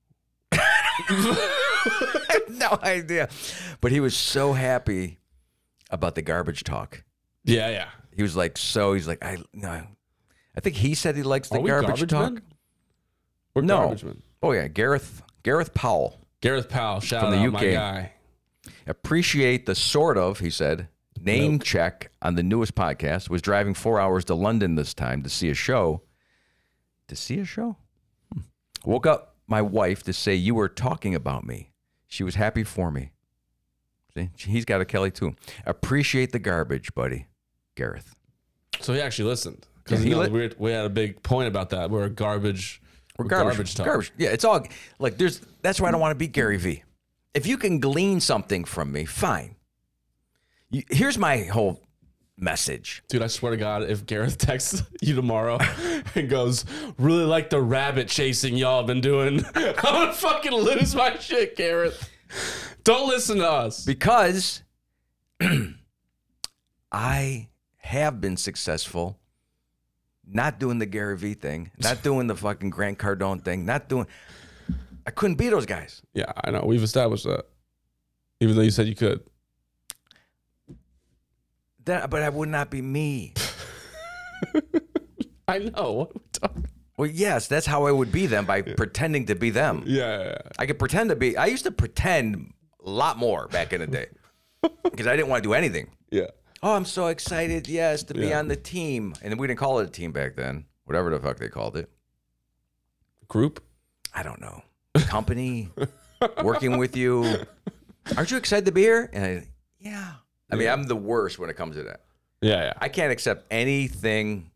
I have no idea. But he was so happy about the garbage talk.
yeah, yeah.
He was like, so he's like, I no. I think he said he likes the
Are we
garbage, talk.
men? We're
No.
garbage men.
Oh yeah, Gareth Gareth Powell.
Gareth Powell, shout
From
out
the
my
UK.
guy.
Appreciate the sort of, he said, name check on the newest podcast. Was driving four hours to London this time to see a show. To see a show? Hmm. Woke up my wife to say you were talking about me. She was happy for me. See, he's got a Kelly too. Appreciate the garbage, buddy. Gareth.
So he actually listened because
Yeah, he li-
we, had- we had a big point about that. We're a garbage.
We're
we're
garbage. Garbage,
talk.
Yeah, it's all like there's that's why I don't want to be Gary Vee. If you can glean something from me, fine. You, here's my whole message.
Dude, I swear to God, if Gareth texts you tomorrow and goes, "Really like the rabbit chasing y'all been doing," I'm gonna fucking lose my shit, Gareth. Don't listen to us.
because I have been successful not doing the Gary Vee thing, not doing the fucking Grant Cardone thing, not doing. I couldn't be those guys.
Yeah, I know. We've established that. Even though you said you could.
That, but I would not be me.
I know. What are we talking?
Well, yes, that's how I would be them by pretending to be them.
Yeah, yeah, yeah.
I could pretend to be. I used to pretend a lot more back in the day because I didn't want to do anything.
yeah.
Oh, I'm so excited, yes, to be
Yeah.
on the team. And we didn't call it a team back then, whatever the fuck they called it.
Group.
I don't know, company, working with you. Aren't you excited to be here? And I, yeah. I mean, I'm the worst when it comes to that.
Yeah, yeah.
I can't accept anything.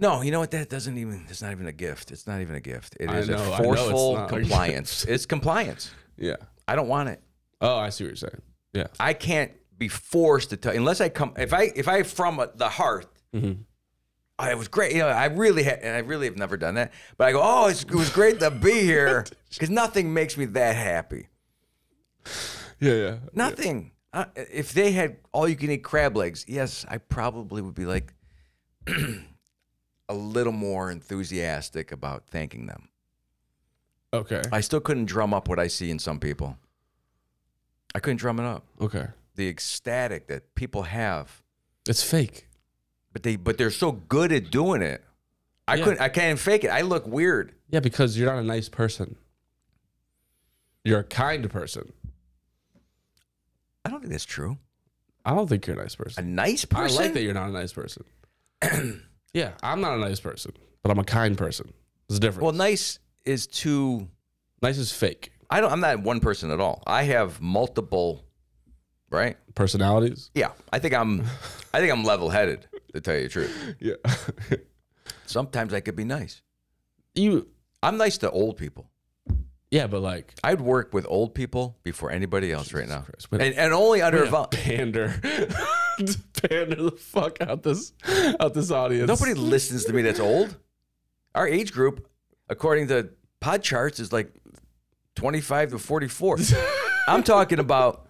No, you know what? That doesn't even, it's not even a gift. It's not even a gift. It
I
is
know, I know
a
it's
forceful
not a gift.
compliance. it's compliance.
Yeah.
I don't want it.
Oh, I see what you're saying. Yeah.
I can't be forced to tell unless I come if I if I from the heart. "Oh, it was great. You know, I really ha- and I really have never done that. But I go, oh, it's, it was great to be here because nothing makes me that happy.
Yeah, yeah.
Nothing. Uh, if they had all you can eat crab legs, yes, I probably would be like, a little more enthusiastic about thanking them.
Okay.
I still couldn't drum up what I see in some people. I couldn't drum it up.
Okay.
The ecstatic that people have,
It's fake.
but they but they're so good at doing it. I
Yeah.
couldn't. I can't fake it. I look weird.
Yeah, because you're not a nice person. You're a kind person.
I don't think that's true.
I don't think you're a nice
A
person.
nice
I
person.
like that you're not a nice person. yeah, I'm not a nice person, but I'm a kind person. It's different.
Well, nice is too.
nice is fake.
I don't. I'm not one person at all. I have multiple. Right.
Personalities.
Yeah. I think I'm. I think I'm level-headed. To tell you the truth,
Yeah.
sometimes I could be nice.
you.
I'm nice to old people.
Yeah, but like
I'd work with old people before anybody else right now,
Christ, wait a-
and, and only under a vol-
pander, Just pander the fuck out this out this audience.
nobody listens to me that's old. Our age group, according to pod charts, is like 25 to 44. I'm talking about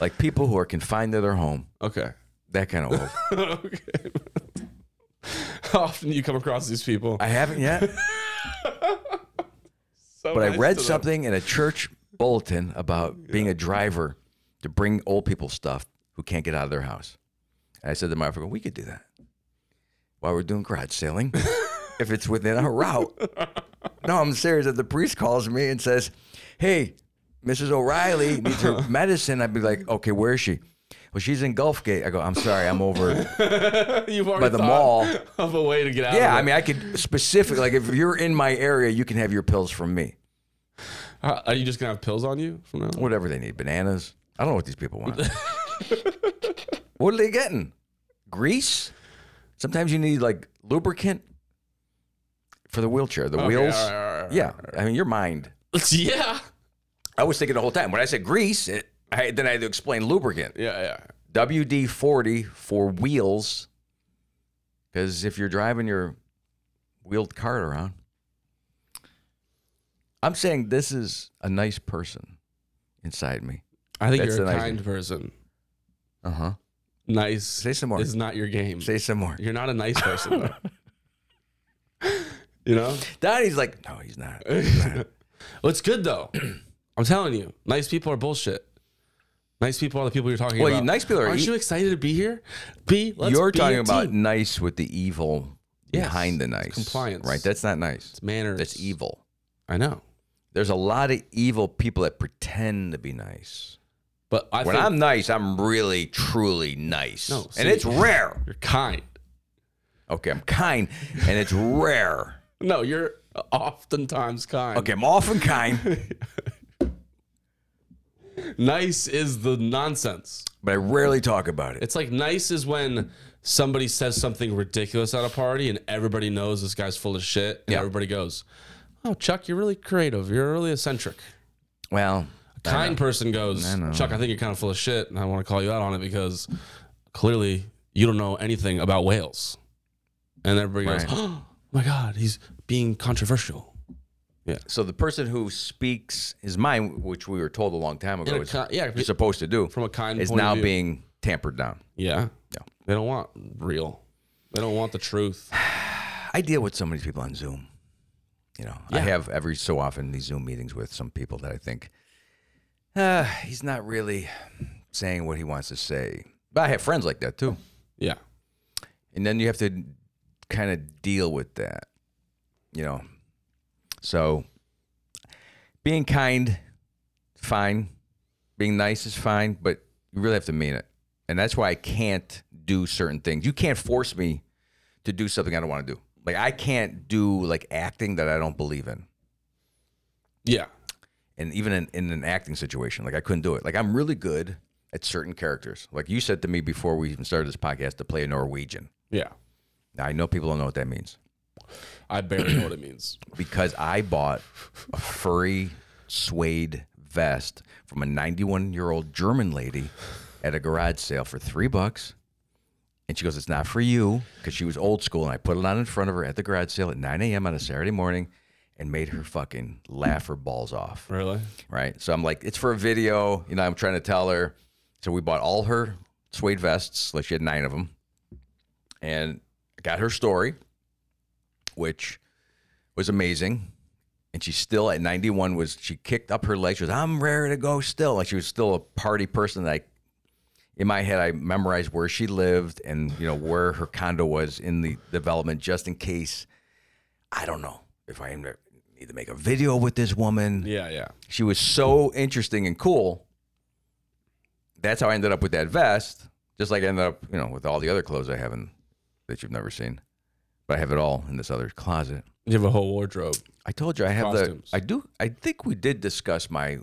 like people who are confined to their home,
Okay.
that kind of old.
okay. How often do you come across these people?
I haven't yet.
So
but I
nice
read
to them.
something in a church bulletin about being a driver to bring old people stuff who can't get out of their house. And I said to my wife, I go, we could do that while we're doing garage sailing if it's within our route. no, I'm serious. If the priest calls me and says, hey, Mrs. O'Reilly needs her medicine, I'd be like, okay, where is she? Well, she's in Gulfgate. I go, I'm sorry, I'm over.
You've already
by the
thought
mall.
of a way to get out.
Yeah, I
of it.
mean, I could specifically, like, if you're in my area, you can have your pills from me.
Are- are you just gonna have pills on you from now? on?
whatever they need bananas i don't know what these people want what are they getting grease sometimes you need like lubricant for the wheelchair the
Okay,
wheels
all right, all right, all right.
yeah i mean your mind
yeah,
i was thinking the whole time when i said grease it, I, then i had to explain lubricant
yeah, yeah.
wd-40 for wheels because if you're driving your wheeled cart around i'm saying this is a nice person inside me
I think
That's
you're a
a nice
kind person.
uh-huh
Nice
Say some more.
is not your game.
Say some more.
You're not a nice person. though. you know.
Donnie's like, no, he's not. He's not."
Well, it's good though. I'm telling you, nice people are bullshit. Nice people are the people you're talking
Well, you-
about.
nice people are
Aren't
e-
you excited to be here? Be. Let's
You're
be
talking
a
about
team.
nice with the evil
Yes.
behind the nice.
compliance.
Right? That's not nice.
manners.
That's evil.
I know,
There's a lot of evil people that pretend to be nice.
but I
When
think
I'm nice, I'm really, truly nice.
No, see-
and it's rare.
you're kind.
Okay, I'm kind, and it's rare.
No, you're oftentimes kind.
Okay, I'm often kind,
Nice is the nonsense.
but I rarely talk about it.
It's like nice is when somebody says something ridiculous at a party and everybody knows this guy's full of shit and
Yeah.
everybody goes, "Oh, Chuck, you're really creative. You're really eccentric."
Well,
A kind person goes,
know.
"Chuck, I think you're kind of full of shit and I want to call you out on it because clearly you don't know anything about whales." And everybody goes,
Right.
"Oh my god, he's being controversial."
so the person who speaks his mind, which we were told a long time ago,
In a
is
ki- yeah,
you're supposed to do,
from a kind
is
point of
now
view.
being tampered down.
Yeah.
Yeah.
They don't want real. They don't want the truth.
I deal with so many people on Zoom. You know, I
Yeah.
have every so often these Zoom meetings with some people that I think uh, he's not really saying what he wants to say. But I have friends like that too.
Yeah.
And then you have to kind of deal with that, you know. So being kind, fine. Being nice is fine, but you really have to mean it. And that's why I can't do certain things. You can't force me to do something I don't want to do. Like I can't do like acting that I don't believe in.
Yeah.
And even in, in an acting situation, like I couldn't do it. Like I'm really good at certain characters. Like you said to me before we even started this podcast to play a Norwegian.
Yeah.
Now I know people don't know what that means.
I barely know what it means.
because I bought a furry suede vest from a 91 year old German lady at a garage sale for three bucks. And she goes, It's not for you because she was old school. And I put it on in front of her at the garage sale at 9 a.m. on a Saturday morning and made her fucking laugh her balls off.
Really?
Right. So I'm like, It's for a video. You know, I'm trying to tell her. So we bought all her suede vests, like she had nine of them, and I got her story. which was amazing. And she still at 91 was she kicked up her legs. She was I'm rare to go still. Like she was still a party person. That I, in my head, I memorized where she lived and you know where her condo was in the development, just in case. I don't know if I am- need to make a video with this woman.
Yeah, yeah.
She was so interesting and cool. That's how I ended up with that vest. Just like I ended up, you know, with all the other clothes I have in, that you've never seen. But I have it all in this other closet.
You have a whole wardrobe.
I told you I have
Costumes.
the. I do. I think we did discuss my.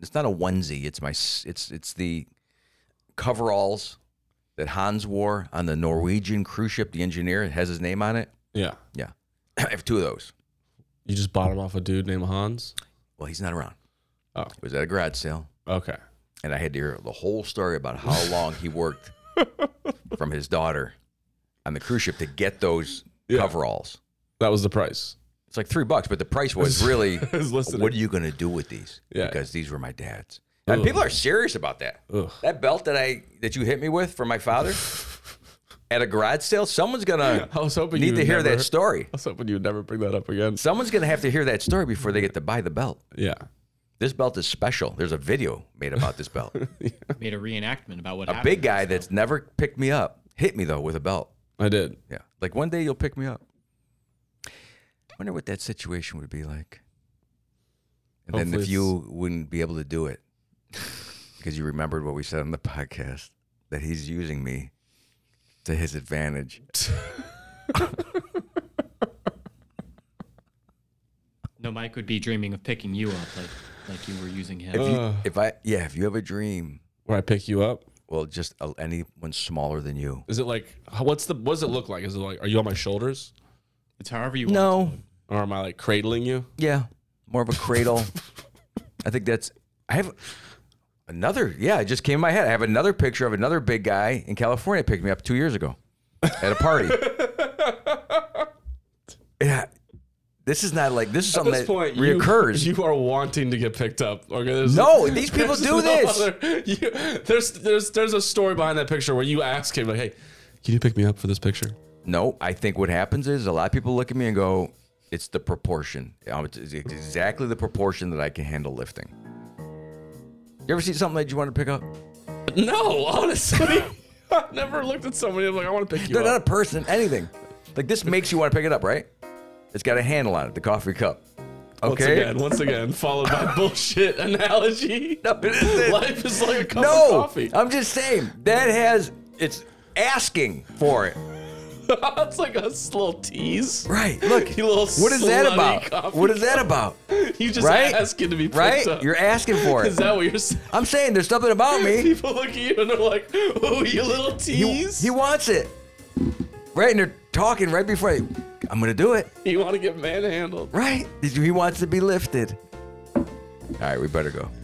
It's not a onesie. It's my. s- It's it's the coveralls that Hans wore on the Norwegian cruise ship. The engineer it has his name on it.
Yeah.
Yeah, I have two of those.
You just bought 'em off a dude named Hans.
Well, he's not around.
Oh.
It was at a garage sale,
Okay.
and I had to hear the whole story about how long he worked from his daughter on the cruise ship to get those
Yeah.
coveralls.
That was the price.
It's like three bucks, but the price was really.
was listening.
What are you going to do with these?
Yeah.
Because these were my dad's. And people are serious about that.
Ugh.
That belt that I that you hit me with from my father at a garage sale, someone's gonna
I was hoping you
need to
would
hear
never-
that story.
I was hoping you would never bring that up again.
Someone's gonna have to hear that story before they get to buy the belt.
Yeah.
This belt is special. There's a video made about this belt.
Made a reenactment about what
a
happened.
big guy that's never picked me up hit me though with a belt.
I did.
Yeah. Like one day you'll pick me up. Wonder what that situation would be like. And then
Hopefully
if you wouldn't be able to do it because you remembered what we said on the podcast that he's using me to his advantage.
No, Mike would be dreaming of picking you up, like like you were using him.
If, you, if I yeah, if you have a dream,
Where I pick you up.
well, just uh, anyone smaller than you.
Is it like how- what's the what does it look like? Is it like are you on my shoulders?
it's however you want.
No,
Or am I like cradling you?
yeah, more of a cradle. I think that's. I have another. Yeah, it just came in my head. I have another picture of another big guy in California picked me up two years ago at a party. yeah, this is not like this is something that
you-
reoccurs.
You, are wanting to get picked up. Okay, there's
No, these people
there's
do this.
other- you- there's there's there's a story behind that picture where you ask him like, hey, can you pick me up for this picture?
no, I think what happens is a lot of people look at me and go, "It's the proportion. Um, It's it's exactly the proportion that I can handle lifting." You ever see something that you want to pick up?
No, honestly. I've never looked at somebody I'm like, I want to pick you
No, not a
up.
person, anything. Like this makes you want to pick it up, right? It's got a handle on it, the coffee cup.
Once
Okay.
again, once again, followed by bullshit analogy.
No, it isn't.
Life is like a cup
No,
of coffee.
I'm just saying that has it's asking for it.
it's like a little tease.
Right. Look.
You little
what is that
slutty
about?
coffee
What is that about?
You just
Right?
asking to be picked
Right?
up.
You're asking for
Is
it.
that what you're saying?
I'm saying there's something about me.
People look at you and they're like, "Oh, you little
He,
tease!
he wants it. Right, and they're talking right before you. I'm gonna do it.
you want to get manhandled?"
Right? He wants to be lifted. All right, we better go.